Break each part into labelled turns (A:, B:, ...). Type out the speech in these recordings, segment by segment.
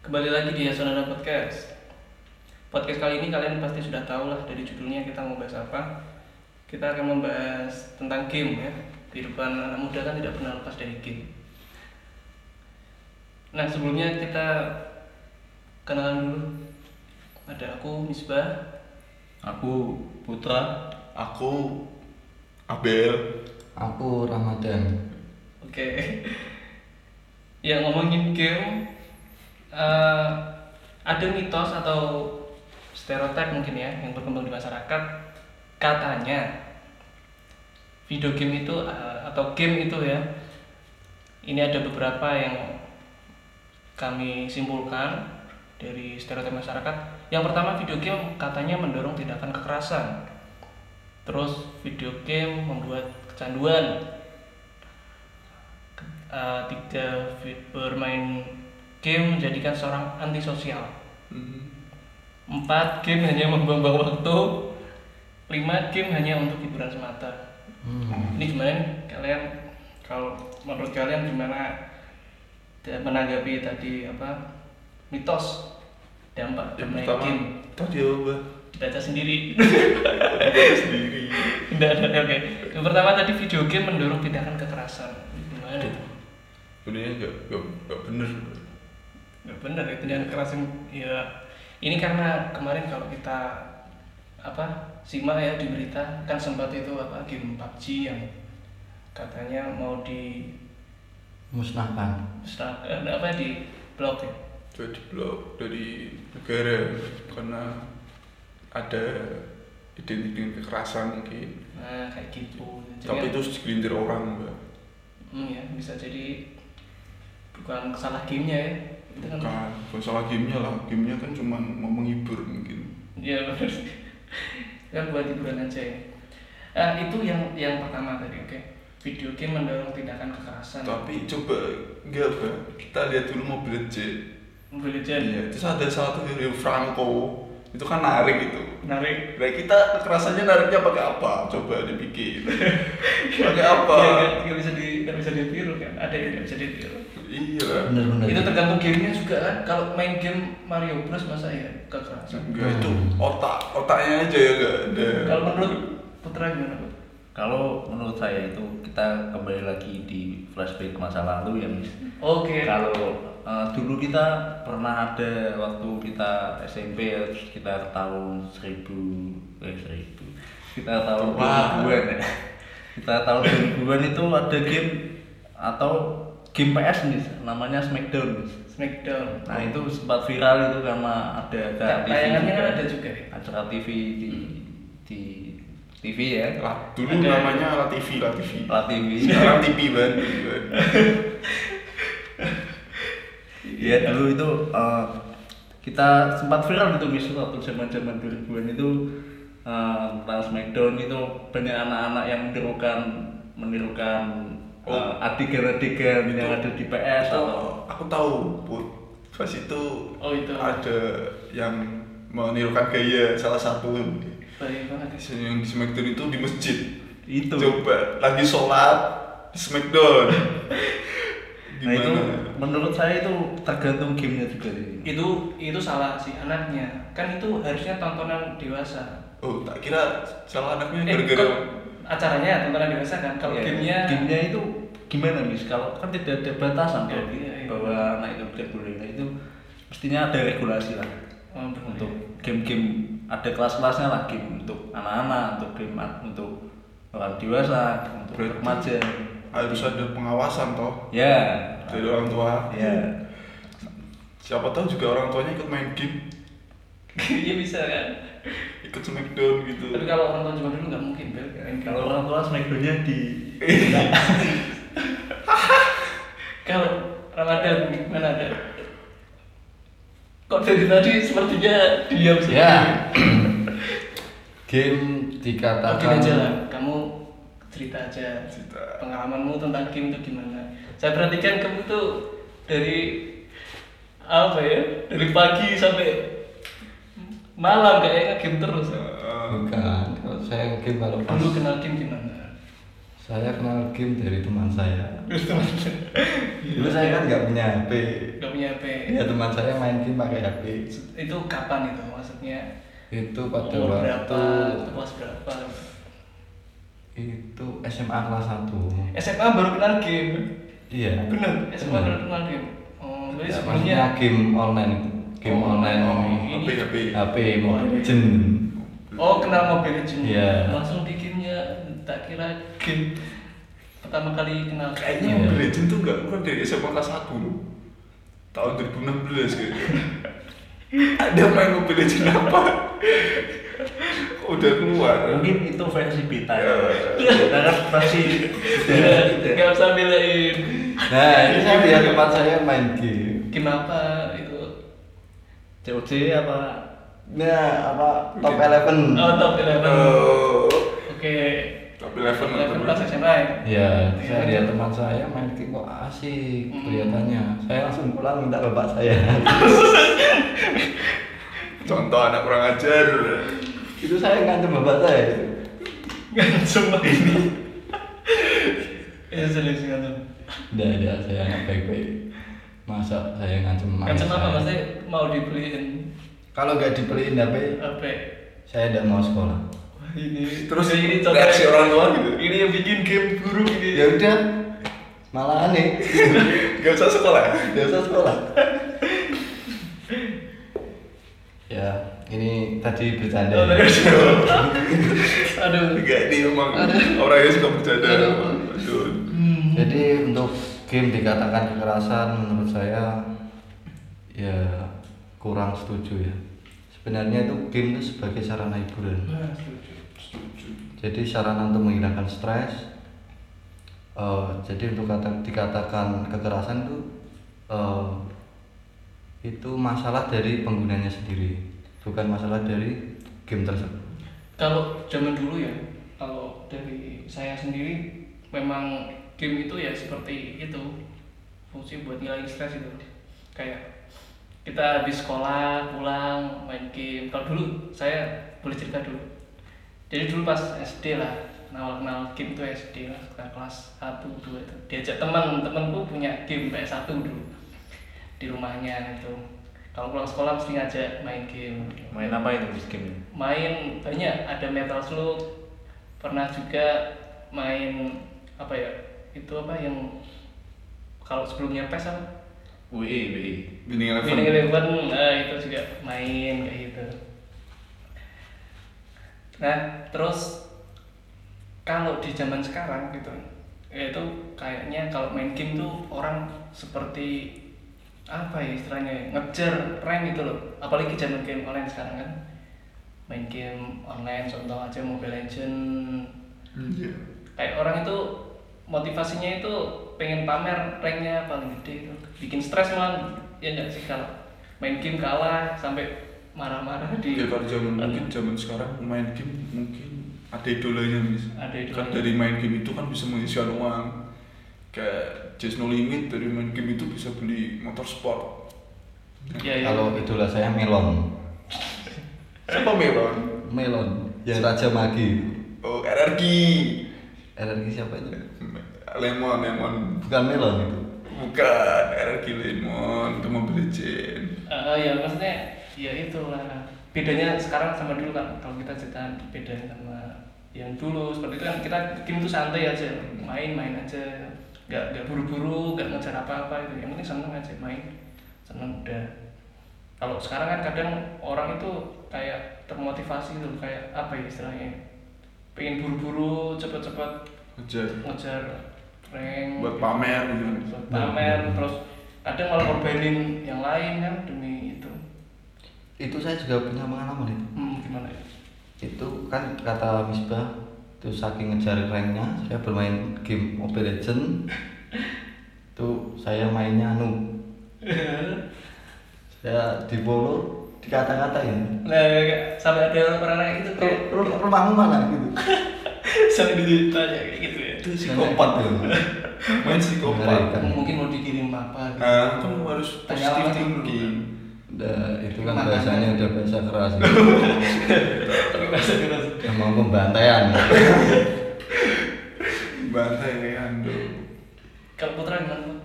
A: Kembali lagi di Sonora Podcast. Podcast kali ini kalian pasti sudah tahu lah dari judulnya kita mau bahas apa. Kita akan membahas tentang game ya. Kehidupan anak muda kan tidak pernah lepas dari game. Nah sebelumnya kita kenalan dulu. Ada aku Misbah.
B: Aku Putra.
C: Aku Abel.
D: Aku Ramadan.
A: Oke. yang ngomongin game eh, ada mitos atau stereotip mungkin ya yang berkembang di masyarakat katanya video game itu eh, atau game itu ya ini ada beberapa yang kami simpulkan dari stereotip masyarakat yang pertama video game katanya mendorong tindakan kekerasan terus video game membuat kecanduan Uh, tiga vi- bermain game menjadikan seorang antisosial empat game hanya membuang waktu lima game hanya untuk hiburan semata
D: Hmm,
A: ini gimana nih, kalian kalau menurut kalian gimana da- menanggapi tadi apa mitos dampak
C: Yang
A: bermain
C: pertama
A: game
C: tadi apa?
A: baca sendiri
C: Aku sendiri.
A: Tidak ada oke yang pertama tadi video game mendorong tindakan kekerasan gimana
C: Sebenarnya nggak nggak nggak bener.
A: Ya bener itu yang kerasin ya ini karena kemarin kalau kita apa simak ya di berita kan sempat itu apa game PUBG yang katanya mau di
D: Musnahkan.
A: sta- eh, apa di blok ya
C: Jadi blok dari negara karena ada identik dengan kekerasan mungkin.
A: nah kayak gitu Jadi
C: Tapi
A: kan-
C: itu segelintir orang mbak.
A: hmm, ya bisa jadi bukan salah gamenya ya itu kan
C: Bukan, bukan salah gamenya lah. Gamenya kan cuma mau menghibur mungkin.
A: Iya benar. kan buat hiburan aja ya. Eh, itu yang yang pertama tadi oke. Video game mendorong tindakan kekerasan.
C: Tapi coba enggak mbak. Kita lihat dulu Mobile Legends.
A: Mobile Legends.
C: Iya. Terus ada satu dari Franco itu kan narik itu.
A: Menarik.
C: Nah kita kekerasannya nariknya pakai apa? Coba dipikir. pakai apa?
A: Iya, nggak- nggak bisa di nggak bisa ditiru kan ada yang nggak bisa ditiru
C: Iya.
D: Bener-bener.
A: itu tergantung gamenya juga kan kalau main game Mario Bros masa ya kekerasan
C: Enggak itu otak otaknya aja ya enggak ada.
A: kalau menurut Putra gimana Put?
B: Kalau menurut saya itu kita kembali lagi di flashback masa lalu ya Miss.
A: oke
B: Kalau eh, dulu kita pernah ada waktu kita SMP ya, terus kita tahun 1000 eh 1000. Kita tahun
C: Wah.
B: 2000-an ya. Kita tahun 2000-an itu ada game atau game PS nih namanya Smackdown. Miss.
A: Smackdown
B: Nah itu sempat viral itu karena ada acara
A: Nah,
B: TV
A: Oh. tayangannya
B: juga.
A: kan ada juga ya? Hmm.
B: Acara TV di di TV ya.
C: Lah, dulu
A: Ada.
C: namanya Latifi Latifi.
B: La TV.
C: Sekarang TV banget.
B: Iya dulu itu eh, kita sempat viral itu misu waktu zaman zaman 2000-an itu eh, tentang Smackdown itu banyak anak-anak yang menirukan menirukan eh,
C: Oh.
B: adegan-adegan yang ada di PS atau
C: Oh, aku tahu. Put. Pas itu
A: Oh, itu.
C: ada yang menirukan gaya salah satu
A: baik banget ya.
C: yang di Smackdown itu di masjid.
B: itu.
C: Coba lagi sholat di Smackdown.
B: Nah itu
C: Gimana?
B: menurut saya itu tergantung gamenya juga sih.
A: itu itu salah si anaknya kan itu harusnya tontonan dewasa
C: Oh, tak kira salah anaknya
A: eh,
C: gara-gara
A: kok acaranya tontonan dewasa kan kalau
B: Iya,
A: gamenya
B: gamenya itu gimana mis kalau kan tidak ada batasan
A: Iya,
B: kalau
A: iya, iya.
B: bahwa anak itu tidak boleh Nah, itu mestinya ada regulasi lah
A: Oh, bener.
B: untuk game-game ada kelas-kelasnya lah game untuk anak-anak untuk game untuk orang dewasa untuk
C: Berarti-
B: remaja
C: harus ada pengawasan toh
B: ya
C: dari orang tua.
B: ya
C: Siapa tahu juga orang tuanya ikut main game,
A: iya bisa kan
C: ikut smackdown gitu.
A: tapi kalau orang tua zaman dulu nggak mungkin Bel main game.
B: kalau orang tua smackdownnya di
A: Kalau Ramadan gimana ada? Kok dari tadi sepertinya diam sih.
D: Ya. Game dikatakan.
A: Oke Oh, aja lah, kamu cerita aja
C: Cerita.
A: pengalamanmu tentang game itu gimana. Saya perhatikan kamu tuh dari apa ya? Dari pagi sampai malam
D: Oh.
A: kayaknya game terus.
C: Eh,
D: Bukan. Kalau saya game kalau pas
A: Dulu kenal game gimana?
D: Saya kenal game dari teman saya. Dulu saya kan nggak punya HP.
A: Gak punya HP.
D: Ya teman saya main game pakai HP.
A: Itu kapan itu maksudnya?
D: Itu pada
A: umur berapa?
D: waktu
A: Itu pas berapa?
D: itu SMA kelas 1
A: SMA baru kenal game.
D: Iya.
A: Bener, SMA
D: Bener.
A: baru kenal game. Oh, berarti
D: Ya,
A: sebelumnya
D: maksudnya game online, game online
C: HP HP.
D: HP Mobile Legend.
A: Oh, kenal Mobile Legends.
D: Iya.
A: Langsung di gamenya tak kira game pertama kali kenal.
C: Kayaknya
D: Iya.
C: Mobile Legends tuh nggak keluar dari SMA kelas 1 loh. Tahun 2016 kayaknya. Ada main Mobile Legends apa? Udah keluar.
B: Eh, Mungkin itu versi beta ya.
C: Ya.
B: Kita kan masih
C: gitu
A: Gak Iya, usah belain.
D: Nah, ini dia tempat saya main game.
A: Game apa itu?
B: COC apa?
D: Nah, apa top 11?
A: Oh, top 11.
C: Oh,
A: Oke.
C: Top 11
A: Top
C: lah,
A: 11
C: top Iya.
A: kelas
C: 11.
A: SMA ya?
D: Ya, saya lihat teman saya main game kok asik
A: Hmm.
D: kelihatannya. Saya langsung pulang minta bapak saya.
C: Contoh anak kurang ajar.
D: itu saya ngancam bapak saya. itu.
A: Gak cuma ini. Ya, serius gak cuma.
D: Nggak ada, saya anak baik-baik. Masa saya ngancam ayah
A: Gak cuma apa,
D: saya?
A: maksudnya mau dibeliin ya?
D: Kalau nggak dibeliin HP,
A: HP.
D: saya nggak mau sekolah.
A: Wah, Ini,
C: Terus
A: ya, ini contoh-
C: reaksi orang tua gitu.
A: Ini yang bikin game buruk ini.
D: Ya udah, malah aneh.
C: Gak usah sekolah.
D: Gak usah sekolah. ya, ini tadi bercanda.
A: Oh,
D: ya.
A: Aduh.
C: Enggak ini emang orangnya suka bercanda.
A: Iya.
C: Aduh.
A: Hmm.
D: Jadi untuk game dikatakan kekerasan menurut saya ya kurang setuju ya. Sebenarnya itu game itu sebagai sarana hiburan.
A: Nah, setuju.
D: Jadi sarana untuk menghilangkan stres. Eh, jadi untuk kata dikatakan kekerasan itu eh, itu masalah dari penggunanya sendiri, bukan masalah dari game tersebut.
A: Kalau zaman dulu ya, kalau dari saya sendiri memang game itu ya seperti itu fungsi buat ngilangin stres itu kayak kita habis sekolah pulang main game kalau dulu saya boleh cerita dulu jadi dulu pas SD lah kenal kenal game tuh SD lah sekitar kelas 1 2 itu diajak teman temanku punya game PS1 dulu di rumahnya itu kalau pulang sekolah mesti ngajak main game
B: Main apa itu mas game ini?
A: main banyak ada metal slug pernah juga main apa ya itu apa yang kalau sebelumnya PES apa
B: WI, WI.
C: Binding
A: Winning
C: Eleven.
A: Eleven eh, itu juga main kayak gitu nah terus kalau di zaman sekarang gitu itu kayaknya kalau main game tuh orang seperti apa ya istilahnya ya, ngejar rank gitu loh apalagi zaman game online sekarang kan main game online contoh aja Mobile Legend
C: Iya.
A: kayak orang itu motivasinya itu pengen pamer ranknya paling gede itu bikin stres malah ya nggak sih kalau main game kalah sampai marah-marah di
C: Ya kalau zaman mungkin zaman sekarang main game mungkin Iya. ada idolanya mis.
A: Ada idolanya.
C: Kan dari main game itu kan bisa mengisikan uang. Kayak Just No Limit dari main game itu bisa beli motor sport.
A: ya, ya.
D: Kalau idola saya melon,
C: Siapa Melon?
D: melon, yang Raja Magi.
C: Oh RRQ.
D: RRQ siapa itu?
C: Lemon Lemon.
D: Bukan melon itu.
C: Bukan RRQ Lemon. Itu mau beli Jane.
A: Eh, ya maksudnya ya itulah bedanya sekarang sama dulu kan kalau kita cerita bedanya sama yang dulu seperti itu kan kita game tuh santai aja main-main aja nggak nggak buru-buru nggak ngejar apa-apa itu yang penting seneng aja main seneng udah kalau sekarang kan kadang orang itu kayak termotivasi tuh kayak apa ya istilahnya pengen buru-buru cepet-cepet
C: Ajar.
A: ngejar rank
C: Buat pamer gitu. Nah.
A: buat pamer terus kadang malah korbanin yang lain kan demi itu
D: Itu saya juga punya pengalaman itu.
A: hmm, gimana ya
D: Itu kan kata Misbah itu saking ngejar ranknya, saya bermain game Mobile Legend. Itu saya mainnya anu, saya di ya. follow, dikata-katain.
A: nah kayak- sampai ada orang orang itu kayak
B: Iya.
D: Ru- ru- Rumahmu mana gitu?
A: sampai ditanya kayak gitu ya
C: Itu psikopat
D: tuh.
C: Main psikopat.
D: Mengerikan.
A: mungkin mau dikirim apa gitu.
C: Nah, kamu harus
A: Tanya
C: positif
A: apa dulu? kan?
C: thinking.
D: Udah, itu kan
A: Makanan.
D: bahasanya udah bahasa keras. Gitu.
A: Tapi bahasa keras.
D: Emang pembantaian.
C: Bah, santai kayak
A: Hmm.
C: Ando.
A: Kalau Putra gimana Pak?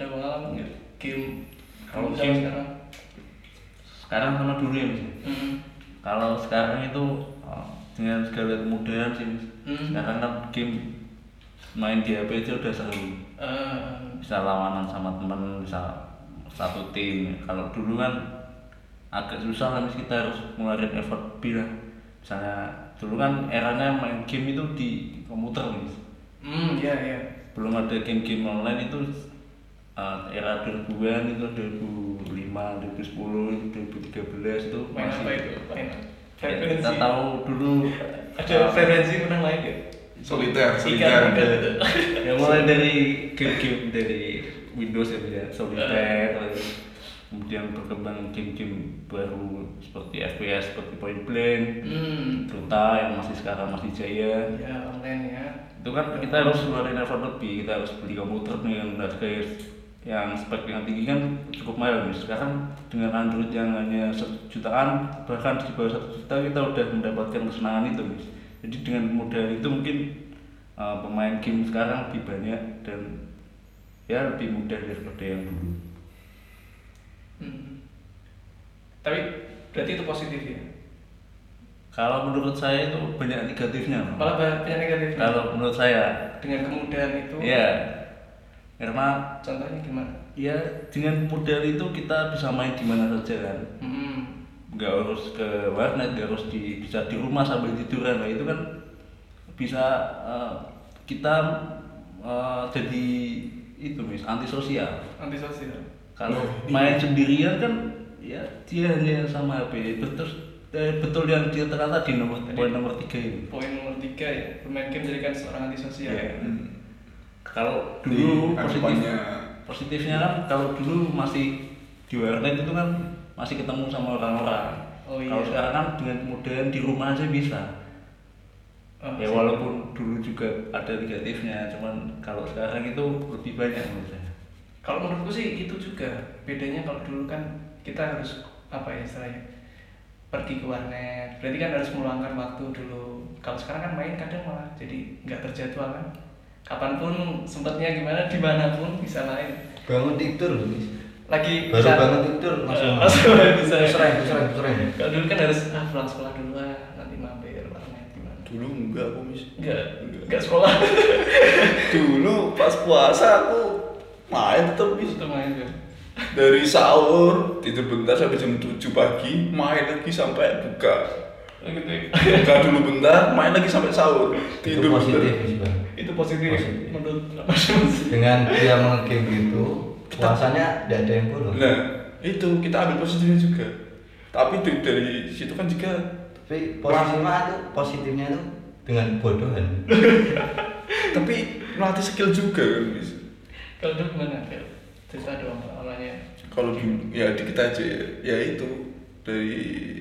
A: Ada pengalaman nggak? Game
B: Kalau
A: zaman
B: game-
A: sekarang?
B: Sekarang sama dulu ya, Mas.
A: Hmm.
B: Kalau sekarang itu eh, dengan segala kemudahan sih, Mas.
A: Hmm.
B: Sekarang kan game main di HP aja udah seru.
A: Eh,
B: bisa lawanan sama temen bisa satu tim kalau dulu kan agak susah kan kita harus ngeluarin effort lebih lah misalnya dulu kan eranya main game itu di komputer Mas.
A: hmm, iya iya.
B: belum ada game-game online itu uh, era 2000-an itu 2005, 2010, 2013 itu
A: Main apa itu? Main
B: Ya,
A: Frekuensi.
B: kita tahu dulu
A: Ada
B: uh,
A: frekuensi menang lain ya?
C: Soliter,
A: Ikan, ikan
C: soliter.
A: itu.
B: ya mulai dari game-game dari Windows ya ya
A: Eh.
B: solitaire lalu kemudian berkembang game-game baru seperti FPS seperti Point Blank
A: Hmm.
B: Dota yang masih sekarang masih jaya
A: Ya online ya.
B: itu kan kita harus ngeluarin effort lebih kita harus beli komputer dengan harga yang spek yang tinggi kan cukup mahal nih sekarang dengan Android yang hanya satu jutaan bahkan di bawah satu juta kita udah mendapatkan kesenangan itu Mas. jadi dengan modal itu mungkin uh, pemain game sekarang lebih banyak dan ya lebih mudah daripada yang dulu
A: Hmm. Tapi berarti itu positif ya?
B: kalau menurut saya itu banyak negatifnya Mas.
A: Malah banyak negatifnya.
B: kalau menurut saya
A: dengan kemudahan itu,
B: ya karena
A: contohnya gimana?
B: ya dengan modal itu kita bisa main di mana saja kan
A: Hmm.
B: nggak harus ke warnet nggak harus di bisa di rumah sambil tiduran lah itu kan bisa eh, kita eh, jadi itu mis antisosial
A: Antisosial.
B: kalau main sendirian kan ya dia hanya sama HP betul eh, betul yang dia ternyata di nomor poin nomor tiga ini
A: Poin nomor tiga ya, bermain game jadikan seorang antisosial.
B: Ya.
C: Hmm. Jadi,
B: kalau dulu positif
C: anggapannya-
B: positifnya kan kalau dulu masih di warnet itu kan masih ketemu sama orang-orang
A: Oh iya.
B: kalau sekarang kan dengan kemudahan di rumah aja bisa
A: Oh,
B: ya walaupun dulu juga ada negatifnya cuman kalau sekarang itu lebih banyak menurut saya
A: Kalau menurutku sih itu juga bedanya kalau dulu kan kita harus apa ya istilahnya pergi ke warnet. Berarti kan harus meluangkan waktu dulu. Kalau sekarang kan main kadang malah jadi nggak terjadwal kan. Kapanpun sempatnya gimana dimanapun bisa main.
D: bangun tidur loh, Mis.
A: Lagi
D: Baru
A: bisa-
D: bangun tidur,
A: Eh,
D: langsung-
A: langsung bisa.
D: Sereng, sereng, sereng.
A: Kalau dulu kan harus ah pulang sekolah dulu ah nanti mampir warnet gimana.
C: Dulu enggak aku mis.
A: Enggak, enggak sekolah.
C: Dulu pas puasa aku main tetep mis.
A: Itu main kan. tuh.
C: Dari sahur tidur bentar sampai jam 7 pagi, main lagi sampai buka.
A: Gitu. ya.
C: Buka dulu bentar, main lagi sampai sahur.
D: itu
C: Tidur
D: positif
C: bentar.
D: Mis, Bang.
A: Itu positif,
D: Positif.
A: menurut Mas Syams.
D: dengan dia main gitu puasanya tidak ada yang bolong
C: Nah, itu kita ambil positifnya juga. Tapi dari, dari situ kan juga
D: tapi positifnya itu positifnya itu dengan bodohan
C: tapi melatih skill juga kan mis.
A: Kalau dulu gimana, Phil? Cerita dong awalnya.
C: Kalau dulu ya dikit aja ya, ya itu dari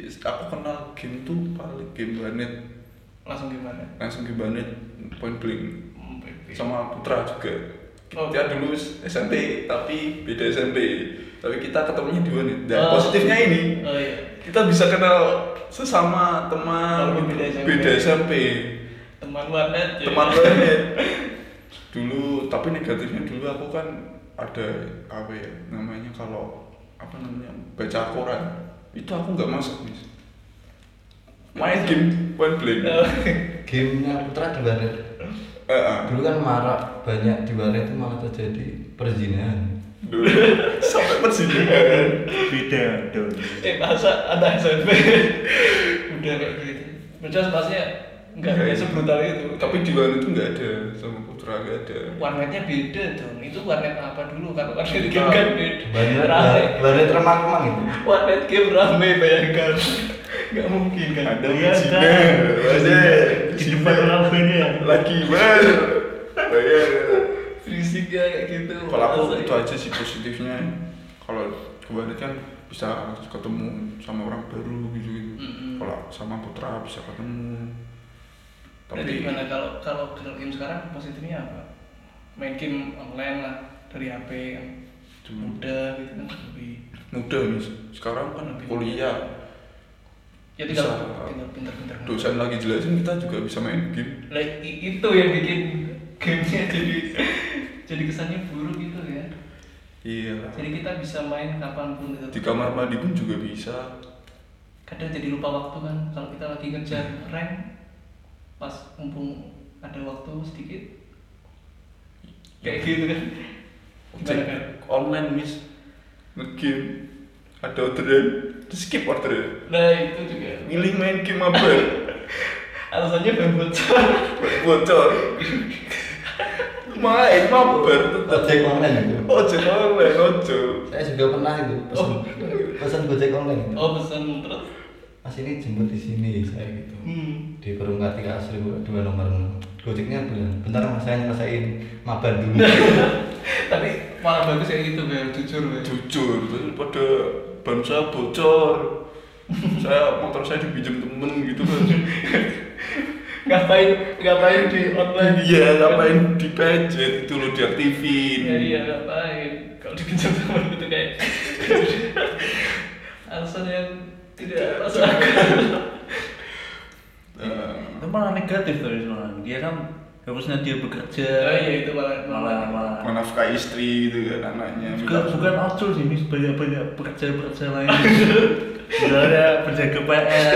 C: aku kenal game tuh paling game warnet
A: Langsung gimana?
C: langsung game warnet point blank
A: Hmm, baby.
C: sama Putra juga.
A: Oh.
C: Kita dulu SMP tapi beda SMP. Tapi kita ketemunya di Wanit. Dan
A: Oh.
C: positifnya ini
A: Oh iya.
C: kita bisa kenal sesama teman
A: Walaupun
C: gitu.
A: beda SMP.
C: beda SMP,
A: Teman warnet. jadi-
C: teman Wanit. Iya. dulu tapi negatifnya dulu aku kan ada apa ya namanya kalau apa namanya baca koran itu aku nggak masuk Miss. main game point blank
A: Oh.
D: gamenya putra di warnet
C: Eh, eh.
D: dulu kan marak banyak di warnet itu malah terjadi perzinahan
C: Dulu. sampai persinggahan
B: beda dong
A: eh masa ada SMP? Udah kayak gitu. Berarti pastinya enggak kayak sebrutal itu.
C: tapi di luar itu nggak ada sama putra nggak ada
A: warnetnya beda dong. Itu warnet apa dulu? Kalau warnet game
C: Nah,
A: kan beda.
D: warnet
A: Rame.
D: warnet eh, remang-remang itu
A: Warnet game rame bayangkan. Enggak mungkin kan.
C: ada
A: Iya,
C: Cina
A: kan?
C: ada Cina lagi ber bayar
A: Berisik ya kayak gitu.
C: kalau aku
A: Masa
C: itu
A: ya?
C: aja sih positifnya kalau kebanyakan kan bisa ketemu sama orang baru gitu gitu
A: Mm-mm.
C: kalau sama putra bisa ketemu
A: Berarti
C: tapi
A: gimana kalau kalau kalau game sekarang positifnya apa? Main game online lah dari HP yang
C: Dulu.
A: mudah gitu kan lebih
C: mudah mis sekarang kan
A: Lebih
C: kuliah
A: ya tinggal
C: Bisa.
A: tinggal pinter-pinter.
C: dosen lagi jelasin kita juga bisa main game
A: Lah, i- itu yang bikin gamenya jadi jadi kesannya buruk gitu ya
C: iya
A: jadi kita bisa main kapanpun gitu
C: di kamar mandi pun juga bisa
A: kadang jadi lupa waktu kan kalau kita lagi ngejar rank pas mumpung ada waktu sedikit kayak
C: Ya.
A: gitu kan Gimana,
C: Cek
A: Kak?
C: online miss ngegame ada orderan di skip orderan
A: nah itu juga
C: milih main game mobile
A: alasannya banyak bocor
C: bocor main mobile tetap
D: Gojek online itu.
A: Oh,
C: ojo
A: ya,
C: online ojo
D: Saya juga pernah itu pesan, pesan Gojek online.
A: oh pesan terus
D: Mas ini jemput di sini saya gitu.
A: hmm.
D: Di perungkat tiga asli dua nomor. Gojeknya bilang, bentar mas saya nyelesain mabar dulu.
A: tapi malah bagus ya gitu Bel, jujur Bel.
C: jujur pada ban saya bocor saya motor saya dipinjam temen gitu kan
A: ngapain ngapain di online gitu?
C: iya ngapain dipejet itu lo diaktifin
A: ya iya ngapain kalau dikejar sama itu kayak alasan yang tidak masuk akal
C: Eh,
B: itu malah negatif dari sebenarnya dia kan harusnya dia bekerja
A: Oh iya, itu malah-
B: malah malah
C: menafkahi istri gitu kan anaknya
B: bukan bukan outsource sih ini banyak banyak pekerja pekerja lain ada penjaga PS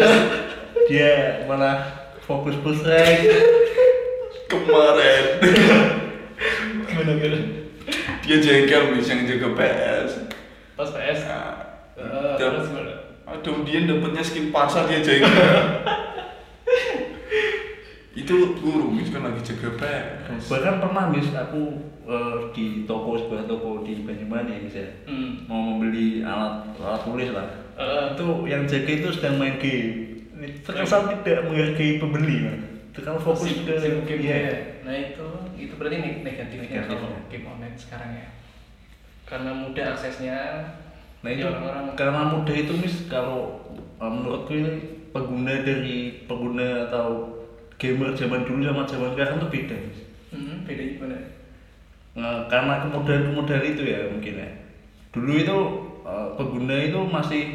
B: dia malah fokus pusrek
C: kemarin
A: gimana gimana
C: dia jengkel nih yang jaga PS
A: pas PS
B: Ah.
A: eh,
C: Nah, dap-
A: terus gimana
C: aduh dia dapetnya skin pasar dia jengkel itu guru itu kan lagi jaga PS
B: bahkan pernah mis aku eh, di toko sebuah toko di Banyumanik misalnya
A: hmm.
B: ya. mau membeli alat alat tulis lah
A: Eh,
B: itu yang jaga itu sedang main game ini terkesan tidak menghargai pembeli kan terlalu fokus
A: sibuk-
B: ke
A: sibuk game
B: iya.
A: ya. Nah itu itu berarti neg- negatifnya
B: Negatif,
A: kalau
B: ya.
A: game online sekarang ya. Karena mudah aksesnya.
B: Nah
A: jadi
B: itu karena mudah itu mis kalau uh, menurutku ini pengguna dari pengguna atau gamer zaman dulu sama zaman sekarang tuh beda. Mis.
A: Hmm, bedanya gimana?
B: Nah, karena kemudahan-kemudahan itu ya mungkin ya. Dulu itu uh, pengguna itu masih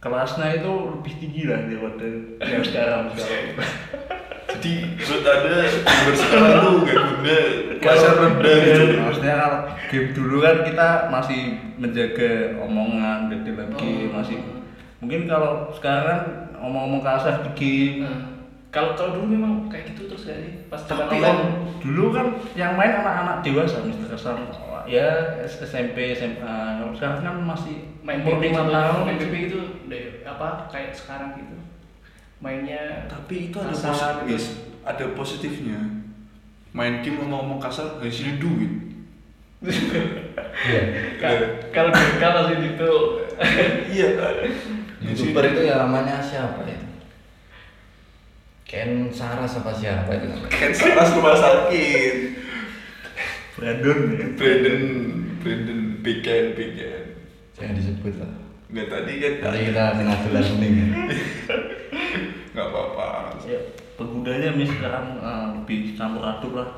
B: kelasnya itu lebih tinggi lah daripada yang sekarang. sekarang.
C: jadi menurut anda gamer sekarang tuh gak guna pasar rendah gitu
B: Iya, Maksudnya kalau game dulu kan kita masih menjaga omongan di dalam game
A: Oh.
B: masih mungkin kalau sekarang kan omong-omong kasar di
C: Hmm.
B: game.
A: Nah, Kalau kalau dulu memang kayak gitu terus gak sih? Pas zaman
B: Tapi kan
A: online.
B: dulu kan yang main anak-anak dewasa misalnya kesan ya S- SMP SMA. Kalau sekarang kan masih
A: main
B: umur
A: PP
B: lima
A: juga,
B: tahun.
A: main PP itu udah gitu, apa kayak sekarang gitu mainnya
C: tapi itu ada
A: kasar
C: positif
A: gitu.
C: guys ada positifnya main game mau ngomong kasar hasilnya duit
D: Iya.
A: Ka- kalau di kalau sih itu
C: iya
D: Youtuber itu ya namanya siapa itu? Ken Sarah apa siapa itu namanya?
C: kan sekarang rumah sakit
B: Brandon ya.
C: Brandon Brandon Bikin Bikin
D: Jangan disebut lah.
C: nggak tadi kan
D: Nanti kita kena gelar kuning. ya.
C: nggak apa-apa
B: ya penggunanya mis sekarang eh, lebih campur aduk lah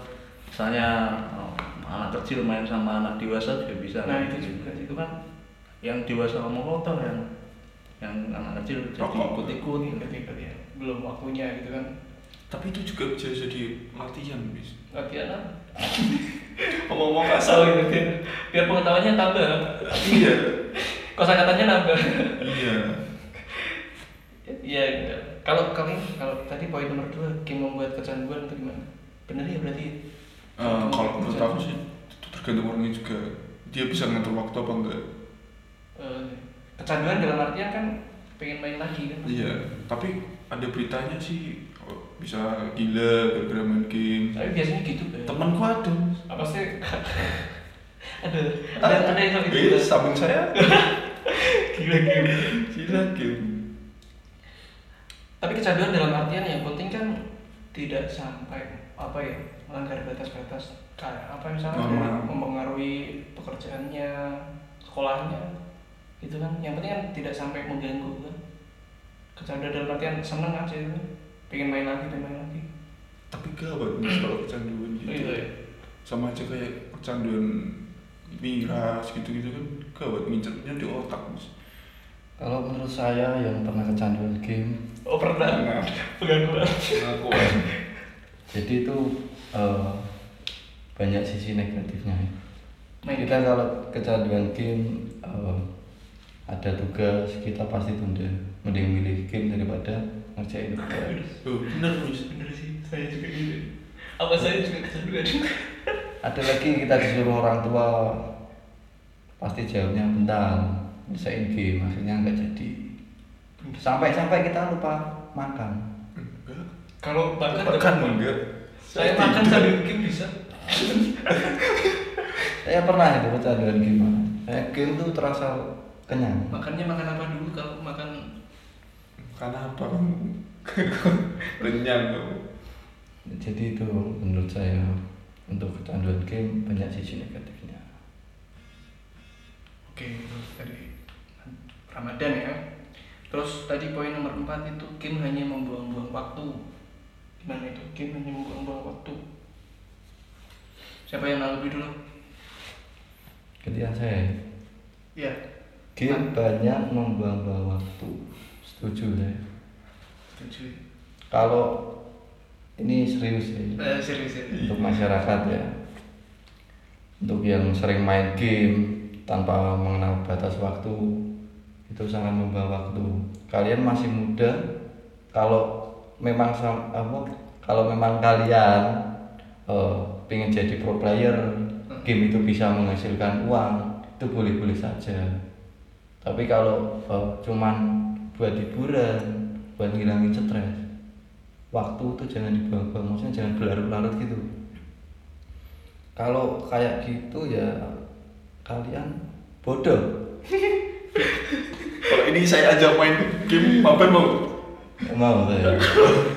B: misalnya eh, anak kecil main sama anak dewasa juga bisa
A: Nah,
B: kan?
A: itu juga.
B: itu kan yang dewasa ngomong kotor yang yang anak kecil jadi
C: Rokok.
B: ikut-ikut
A: ikut-ikut ya belum waktunya gitu kan
C: tapi itu juga bisa jadi latihan bis
A: latihan lah
C: ngomong
A: asal
C: kasar
A: gitu biar, biar pengetahuannya tambah
C: iya
A: kosakatanya nambah
C: iya
A: iya gitu. kalau kali kalau tadi poin nomor dua game membuat kecanduan itu gimana bener ya berarti
C: Eh, kalau menurut aku sih itu tergantung orangnya juga dia bisa ngatur waktu apa enggak
A: Eh, kecanduan dalam artian kan pengen main lagi kan
C: iya tapi ada beritanya sih oh, bisa gila gara-gara main game
A: tapi biasanya gitu Bel.
C: temanku ada
A: apa sih ada ada ada yang sampai
C: Eh,
A: gitu
C: samping saya
A: gila gila
C: gila game
A: tapi kecanduan dalam artian yang penting kan tidak sampai apa ya melanggar batas-batas kayak apa misalnya
C: Norma.
A: kayak mempengaruhi pekerjaannya sekolahnya itu kan yang penting kan tidak sampai mengganggu kan kecanduan dalam artian seneng aja itu pengen main lagi pengen main lagi
C: tapi gawat nih kalau kecanduan gitu
A: Iya, iya.
C: sama aja kayak kecanduan miras gitu-gitu kan gawat ngincernya di otak mas
D: Kalau menurut saya yang pernah kecanduan game,
A: oh pernah
C: Pernah.
A: penggangguan
C: pengakuan
D: jadi itu eh, banyak sisi negatifnya ya.
A: Main
D: kita kalau kecanduan game eh, ada tugas kita pasti tunda mending milih game daripada ngerjain tugas
C: Tuh,
A: bener Miss. bener sih saya juga gitu apa saya juga kecanduan
D: ada lagi kita disuruh orang tua pasti jawabnya bentar nyesain game akhirnya nggak jadi sampai-sampai kita lupa makan
C: enggak.
A: kalau bahkan
C: Bahkan enggak.
A: saya makan
C: tidur.
A: sambil game bisa
D: saya pernah ya itu kecanduan game saya game tuh terasa kenyang
A: makannya makan apa dulu kalau makan
C: Karena apa kamu? Renyang kamu.
D: jadi itu menurut saya untuk kecanduan game banyak sisi negatifnya
A: oke itu dari Ramadan ya terus tadi poin nomor 4 itu game hanya membuang-buang waktu gimana itu game hanya membuang-buang waktu siapa yang lebih dulu
D: ketika saya
A: ya
D: game banyak membuang-buang waktu setuju saya
A: setuju
D: kalau ini serius ya
A: Eh, serius serius
D: untuk masyarakat ya untuk yang sering main game tanpa mengenal batas waktu itu sangat membawa waktu kalian masih muda kalau memang sam- apa kalau memang kalian eh, pengen jadi pro player game itu bisa menghasilkan uang itu boleh-boleh saja tapi kalau eh, cuman buat hiburan buat ngilangin stres waktu itu jangan dibuang-buang maksudnya jangan berlarut-larut gitu kalau kayak gitu ya kalian bodoh
C: Kalau ini saya ajak main game, apa mau?
D: mau saya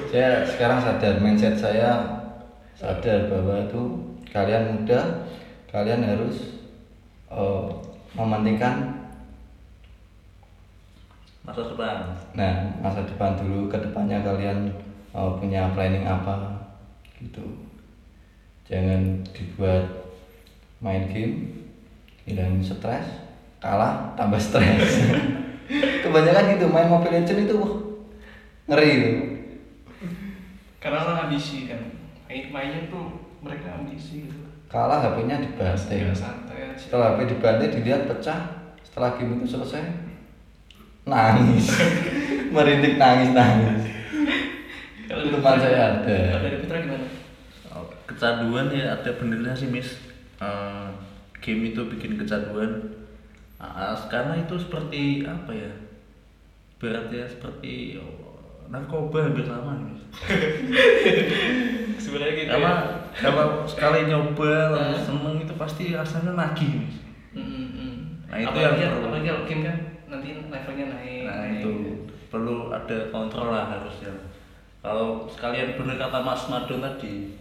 D: saya sekarang sadar mindset saya sadar bahwa itu kalian muda kalian harus eh, mementingkan
B: masa depan
D: nah masa depan dulu kedepannya kalian eh, punya planning apa gitu jangan dibuat main game hilangin stres kalah tambah stres kebanyakan gitu main mobile legend itu wah, ngeri itu
A: karena orang ambisi kan main mainnya tuh mereka ambisi gitu
D: kalah HP-nya dibanting
A: Nggak santai aja
D: setelah HP dibanting dilihat pecah setelah game itu selesai nangis merinding nangis nangis
A: Kalau
D: Itu teman
A: dari-
D: saya ada.
A: kalau dari Putra gimana
B: Oh, kecanduan ya ada benernya sih mis Eh, game itu bikin kecanduan Ah, karena itu seperti apa ya berarti seperti oh, narkoba hampir sama mis
A: sebenarnya gitu
B: karena
A: ya. Hmm.
B: kalau sekali nyoba lalu seneng itu pasti rasanya nagih mis
A: Mm, mm.
B: Nah, itu
A: apalagi,
B: yang perlu.
A: apalagi kalau game kan nanti levelnya naik
B: nah
A: naik.
B: itu perlu ada kontrol lah harusnya kalau sekalian bener kata Mas Madon tadi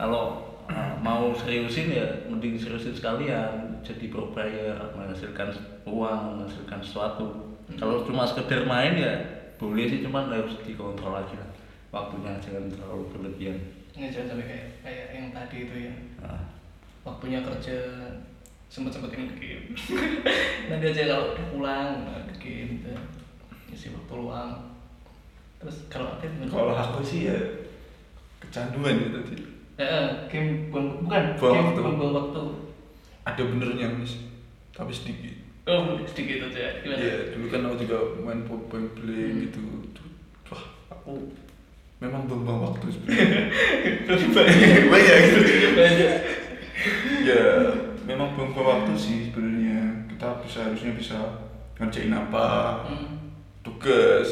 B: kalau eh, mau seriusin ya mending seriusin sekalian jadi pro player menghasilkan uang menghasilkan sesuatu
A: Hmm.
B: kalau cuma sekedar main ya boleh sih cuman harus dikontrol lagi lah waktunya jangan terlalu berlebihan
A: Ini jangan sampai kayak kayak yang tadi itu ya
B: nah,
A: waktunya kerja sempet sempetin game nanti aja kalau udah pulang nah, ke game gitu isi waktu luang terus kalau aktif gimana?
C: Kalau aku sih ya kecanduan ya tadi.
A: Eh, eh, game buang bukan
C: Buang
A: game
C: waktu.
A: buang waktu
C: Ada benernya mis, tapi sedikit.
A: oh sedikit aja gimana
C: Iya, dulu kan aku juga main Pokemon Play gitu. Tuh, Wah, aku memang buang waktu sebenarnya. banyak, banyak gitu.
A: banyak
C: ya, memang buang waktu sih sebenarnya. Kita bisa harusnya bisa ngerjain apa,
A: Hmm.
C: tugas,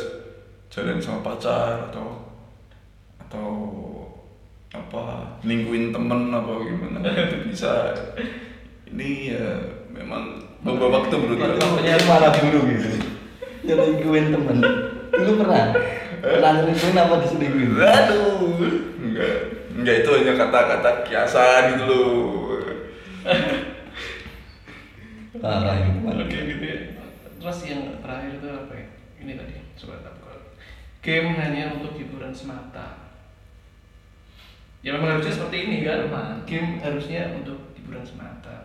C: jalan sama pacar atau atau apa ningguin temen apa gimana itu bisa ini ya memang beberapa waktu menurut
A: Waktu
C: aku
D: Pokoknya malah burung gitu nyelingkuin temen dulu pernah pernah nyelingkuin apa diselingkuin
C: Aduh. Enggak. Enggak itu hanya kata-kata kiasan gitu loh.
D: parah itu Pak.
A: Oke gitu ya. Terus yang terakhir itu apa ya? Ini tadi coba tak buka. Game hanya untuk hiburan semata. Ya memang harusnya seperti ini kan. Game harusnya untuk hiburan semata.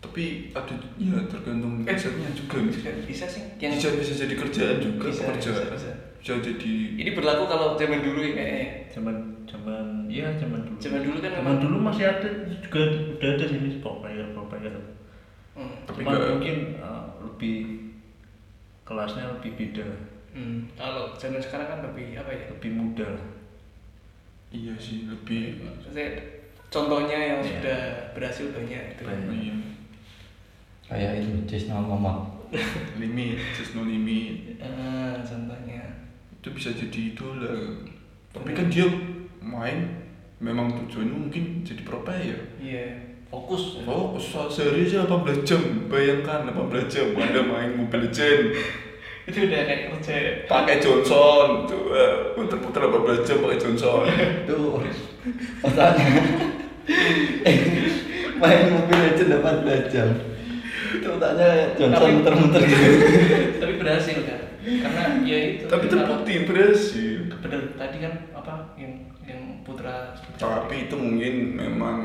C: tapi ada ya tergantung
A: Eh.
C: mindsetnya juga mis
A: bisa sih yang
C: bisa bisa jadi kerjaan juga
A: Bisa,
C: pekerjaan
A: bisa, bisa.
C: jadi
A: ini berlaku kalau zaman dulu ya kayaknya
B: zaman zaman iya zaman dulu
A: zaman dulu kan
B: zaman
A: memang
B: dulu masih ada juga udah ada sih mis pro player pro player
A: Hmm.
C: Tapi
B: cuman
C: nggak-
B: mungkin eh, lebih kelasnya lebih beda
A: Hmm. kalau zaman sekarang kan lebih apa ya
B: lebih muda lah.
C: iya sih lebih
A: Maksudnya, contohnya yang
B: Iya.
A: sudah berhasil banyak gitu
B: Banyak.
C: iya.
D: kayak itu Cisna Muhammad
C: limit just no limit
A: Ah, contohnya
C: itu bisa jadi idola tapi kan dia main memang tujuannya mungkin jadi pro player Oh,
A: iya
B: fokus
C: fokus sehari aja 18 ya, jam bayangkan 18 jam anda main Mobile Legend
A: itu udah kayak kerja ya?
C: pakai Johnson eh, coba puter-puter 18 jam pakai Johnson
D: itu pesannya main mobil aja dapat jam itu otaknya Johnson
A: Tapi-
D: muter-muter gitu
A: tapi berhasil kan karena ya itu
C: tapi
A: kalau-
C: terbukti berhasil
A: bener tadi kan apa yang yang putra
C: tapi itu mungkin memang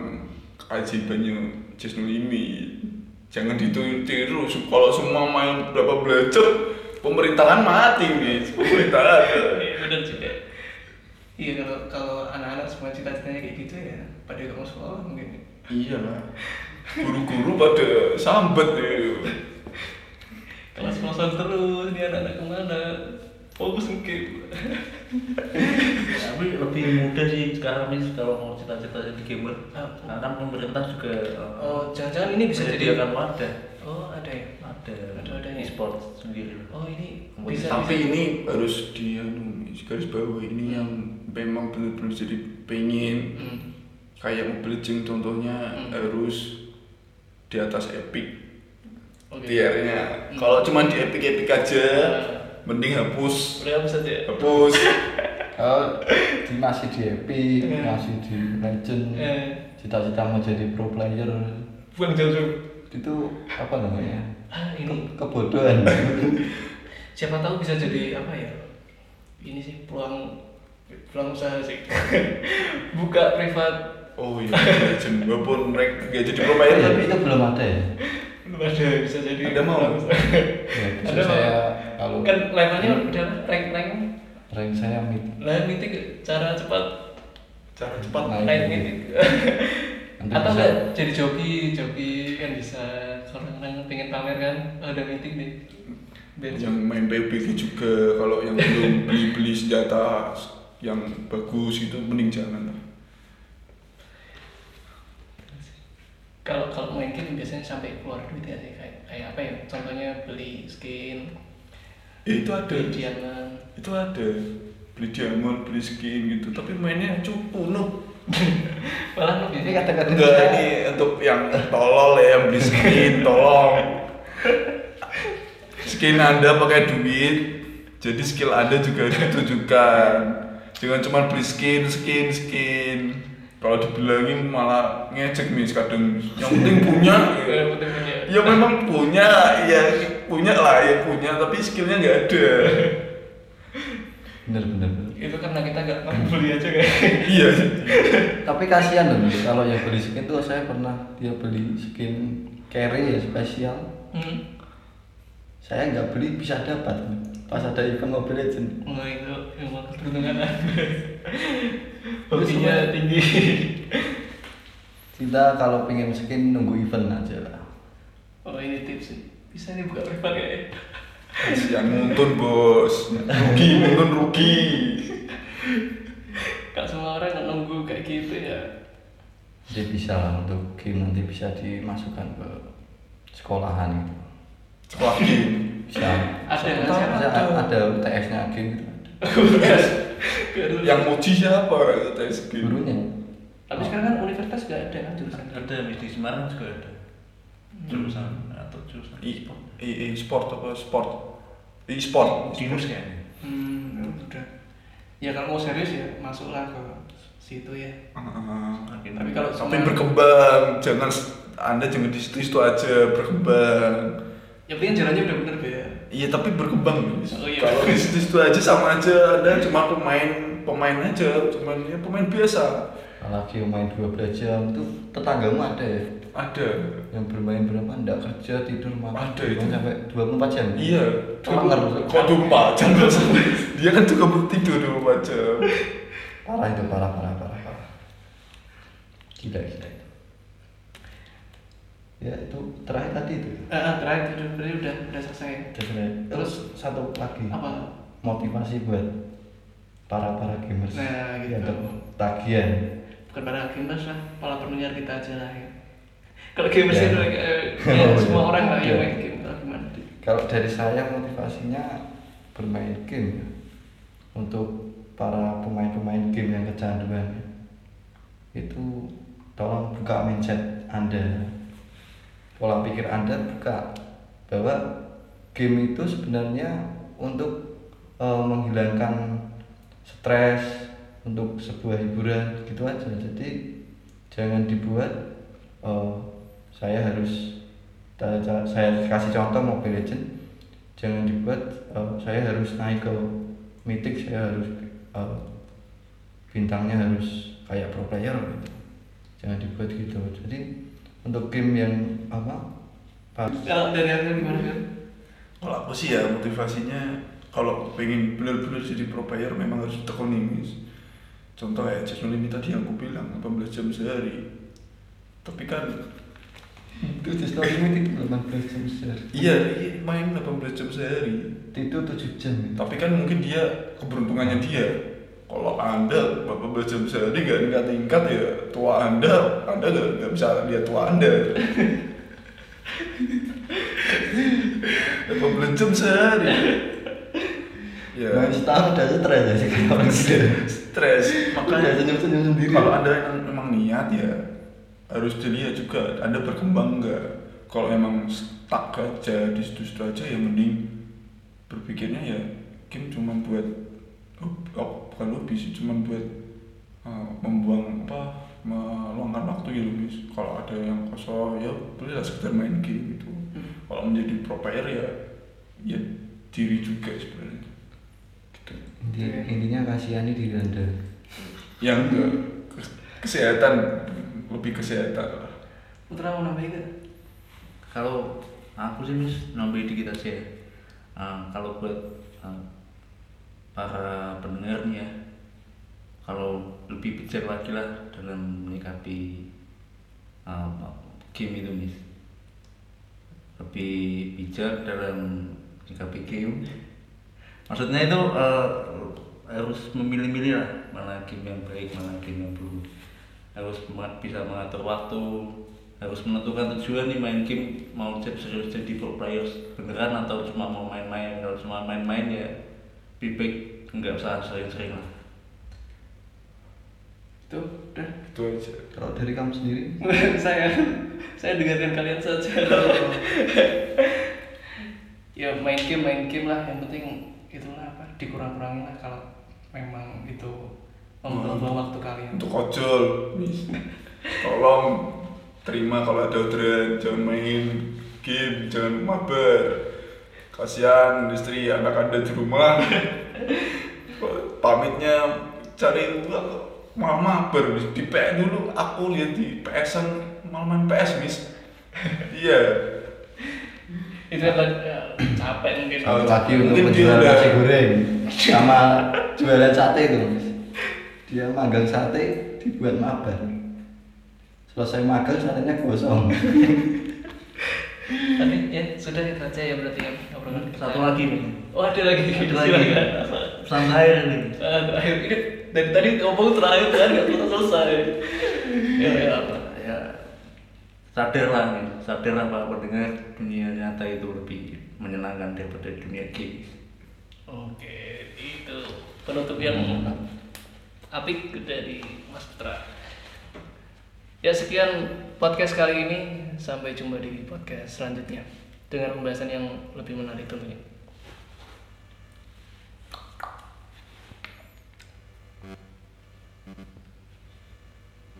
C: keajaibannya Just No Limit jangan ditiru kalau semua main berapa belajar pemerintahan mati guys pemerintahan
A: Iya, bener juga iya kalau kalau anak-anak semua cita-citanya kayak gitu ya pada kamu sekolah mungkin
C: iya lah guru-guru pada sambat ya
A: kelas kosong terus dia anak-anak kemana fokus ke game
B: tapi lebih muda sih sekarang mis kalau mau cita-cita jadi gamer
A: Apa?
B: karena kan pemerintah juga eh,
A: oh jangan-jangan ini bisa jadi
B: menyediakan wadah
A: oh ada ya
B: ada
A: Ada ya? wadahnya.
B: e-sport sendiri
A: oh ini
B: Kemudian
A: bisa
C: tapi
A: bisa.
C: ini harus dia nulis garis bawah ini yang memang benar-benar jadi pengen
A: Hmm.
C: kayak mobil jeng contohnya
A: Hmm.
C: harus di atas epic
A: oke
C: tiernya
A: Hmm.
C: kalau cuma di epic epic aja
A: Hmm.
C: mending hapus
A: udah bisa aja
C: hapus
D: Eh, di masih di Epic, masih di Legend
A: Eh.
D: cita-cita mau jadi pro player
A: buang jauh-jauh
D: itu apa namanya
A: ah ini
D: kebodohan
A: siapa tahu bisa jadi apa ya ini sih peluang peluang usaha sih buka privat
C: oh iya legend walaupun mereka gak ya, jadi pro player
D: Eh, tapi
C: tapi
D: itu belum ada ya
A: belum ada bisa jadi
C: Ada mau?
A: peluang usaha.
D: ya justru
A: ada
D: saya
A: mau
D: kalau Hmm.
A: kan levelnya udah rank rank
D: rank saya mid
A: lah mitik cara cepat
C: cara cepat
D: Naik.
A: naik mitik
D: Nanti
A: atau
D: bisa.
A: enggak jadi joki joki kan bisa kalau orang pengen pamer kan ada mitik nih biar
C: yang main PBG juga kalau yang belum beli beli senjata yang bagus itu mending jangan lah
A: kalau kalau main game biasanya sampai keluar duit ya sih kayak kayak apa ya contohnya beli skin
C: Eh, itu ada
A: beli diamond
C: itu ada beli diamond beli skin gitu tapi mainnya cupu no
A: malah lu
D: ini
A: biasanya
D: kata-kata
C: enggak
D: saya.
C: ini untuk yang tolol ya yang beli skin tolong skin anda pakai duit jadi skill anda juga ditujukan jangan cuma beli skin skin skin kalau dibilangin malah ngecek nih kadang yang penting punya
A: Iya, Yang penting punya.
C: ya memang punya ya punya lah ya punya tapi skillnya nggak ada
D: bener bener bener.
A: itu karena kita nggak nggak beli aja kayak
C: iya
D: tapi kasihan loh Mas. kalau yang beli skin tuh saya pernah dia beli skin carry ya spesial
A: hmm.
D: saya nggak beli bisa dapat pas ada event Mobile Legend
A: nah itu emang keberuntungan
D: Terus
A: hobinya
D: apa?
A: tinggi
D: kita kalau pengen skin nunggu event aja lah
A: oh ini tips sih bisa nih buka privat kayak
C: Kasihan nuntun bos, rugi nuntun rugi.
A: Gak semua orang nggak nunggu kayak gitu ya
D: jadi bisa lah untuk game nanti bisa dimasukkan ke sekolahan gitu
C: Sekolah game.
D: bisa
A: Ada,
D: Saya
A: kan,
D: tahu
A: sekarang
D: ada,
A: ada.
D: ada UTS nya game gitu ada.
C: Yang muji siapa tes game?
D: gurunya
A: tapi sekarang kan universitas gak ada kan jurusan
B: ada mis di Semarang juga ada
A: Hmm.
B: jurusan atau jurusan
C: I,
B: e-sport
C: I, I sport apa sport? I sport.
A: kan?
B: Binus kayaknya
A: hmm udah ya kalau mau serius ya masuklah ke situ ya
C: Ah,
A: tapi kalau
C: Tapi
A: cuma-
C: berkembang, jangan anda jangan di situ situ aja berkembang.
A: yang penting jalannya udah bener ya
C: Iya tapi berkembang. guys.
A: Oh, iya.
C: Kalau di situ situ aja sama aja, anda cuma pemain pemain aja, cuman ya pemain biasa.
D: apalagi yang main 12 jam itu tetanggamu ada ya
C: ada
D: yang bermain berapa enggak kerja tidur makan
C: Ada
D: tidur
C: itu.
D: sampai 24 jam
C: iya
D: Pelanggar.
C: kok 24 jam maksudnya. dia kan juga bertidur 24 jam
D: parah itu parah parah parah parah gila gila itu ya itu terakhir tadi itu
A: Eh, eh, terakhir itu berarti udah udah selesai
D: Terus- terus satu lagi
A: apa
D: motivasi buat para para gamers
A: Nah, gitu.
D: yang ter- tagihan
A: bukan para gamers lah para pendengar kita aja lah ya kalau gamers
D: Ya.
A: itu eh,
D: Oh,
A: ya,
D: iya.
A: semua orang lah yang
D: Ya.
A: main game kalau gimana
D: kalau dari saya motivasinya bermain game ya. untuk para pemain-pemain game yang kecanduan ya. itu tolong buka mindset anda pola pikir anda buka bahwa game itu sebenarnya untuk eh, menghilangkan stres untuk sebuah hiburan gitu aja jadi jangan dibuat eh, saya harus ta- ta- saya kasih contoh Mobile Legend jangan dibuat eh, saya harus naik ke mythic saya harus eh, bintangnya harus kayak pro player gitu. jangan dibuat gitu jadi untuk game yang apa Pak,
A: kalau dari aku gimana kan
C: kalau aku sih ya motivasinya kalau pengen bener-bener jadi pro player memang harus tekuni mis contoh ya Jason Lee ini tadi yang aku bilang 18 jam sehari tapi kan
D: itu just limit itu 18 jam sehari
C: iya dia main 18 jam sehari
D: itu 7 jam itu
C: tapi kan mungkin dia keberuntungannya dia kalau anda bapak belajar bisa dia nggak nggak tingkat ya tua anda anda nggak nggak bisa lihat tua anda bapak belajar sehari ya
D: main setahun udah stres ya sekarang orang sudah
C: stres
D: udah
C: makanya
D: senyum senyum sendiri
C: kalau anda emang, emang niat ya harus dilihat juga anda berkembang nggak kalau emang stuck aja di situ-situ aja ya mending berpikirnya ya game cuma buat hobi- oh, bukan hobi sih cuma buat uh, membuang apa meluangkan waktu gitu guys kalau ada yang kosong ya bolehlah sekedar main game gitu kalau menjadi pro player ya ya diri juga sebenarnya gitu
D: Inti- intinya kasihani diri anda
C: yang ke kesehatan lebih kesehatan lah
A: putra mau nambahin nggak?
B: kalau aku sih mis nambahin dikit aja ya. Eh, kalau buat eh, para pendengarnya kalau lebih bijak lagi lah dalam menyikapi eh, game itu mis lebih bijak dalam menyikapi game maksudnya itu eh, harus memilih-milih lah mana game yang baik mana game yang buruk harus ma- bisa mengatur waktu harus menentukan tujuan nih main game mau jadi serius jadi pro players beneran atau cuma mau main-main kalau cuma main-main ya lebih baik nggak usah sering-sering lah
A: itu udah
C: itu aja
D: kalau dari kamu sendiri
A: saya saya dengarkan kalian saja ya main game main game lah yang penting itulah apa dikurang-kurangin lah kalau memang itu membuang waktu kalian
C: untuk ojol Miss. tolong terima kalau ada orderan jangan main game jangan mabar kasihan istri anak anda di rumah pamitnya cari uang malah mabar Miss. di PS dulu aku lihat di PS an malah main PS miss iya
A: itu adalah eh, capek mungkin
C: Oh,
D: satu lagi untuk
C: mungkin dia
D: penjualan
C: udah-
D: nasi goreng sama jualan sate itu Mas. dia magang sate dibuat mabar selesai magang satenya kosong
A: tapi ya sudah itu aja ya berarti ya obrolan kita.
B: satu lagi nih
A: oh ada lagi
B: Satu lagi.
A: Silakan.
B: pesan terakhir nih
A: Eh, terakhir ini dari tadi ngomong terakhir kan nggak pernah selesai ya, ya apa
B: ya sadarlah nih sadarlah pak pendengar dunia nyata itu lebih menyenangkan daripada dunia game
A: Oke, itu penutup yang apik dari Mas Putra. Ya sekian podcast kali ini. Sampai jumpa di podcast selanjutnya dengan pembahasan yang lebih menarik tentunya.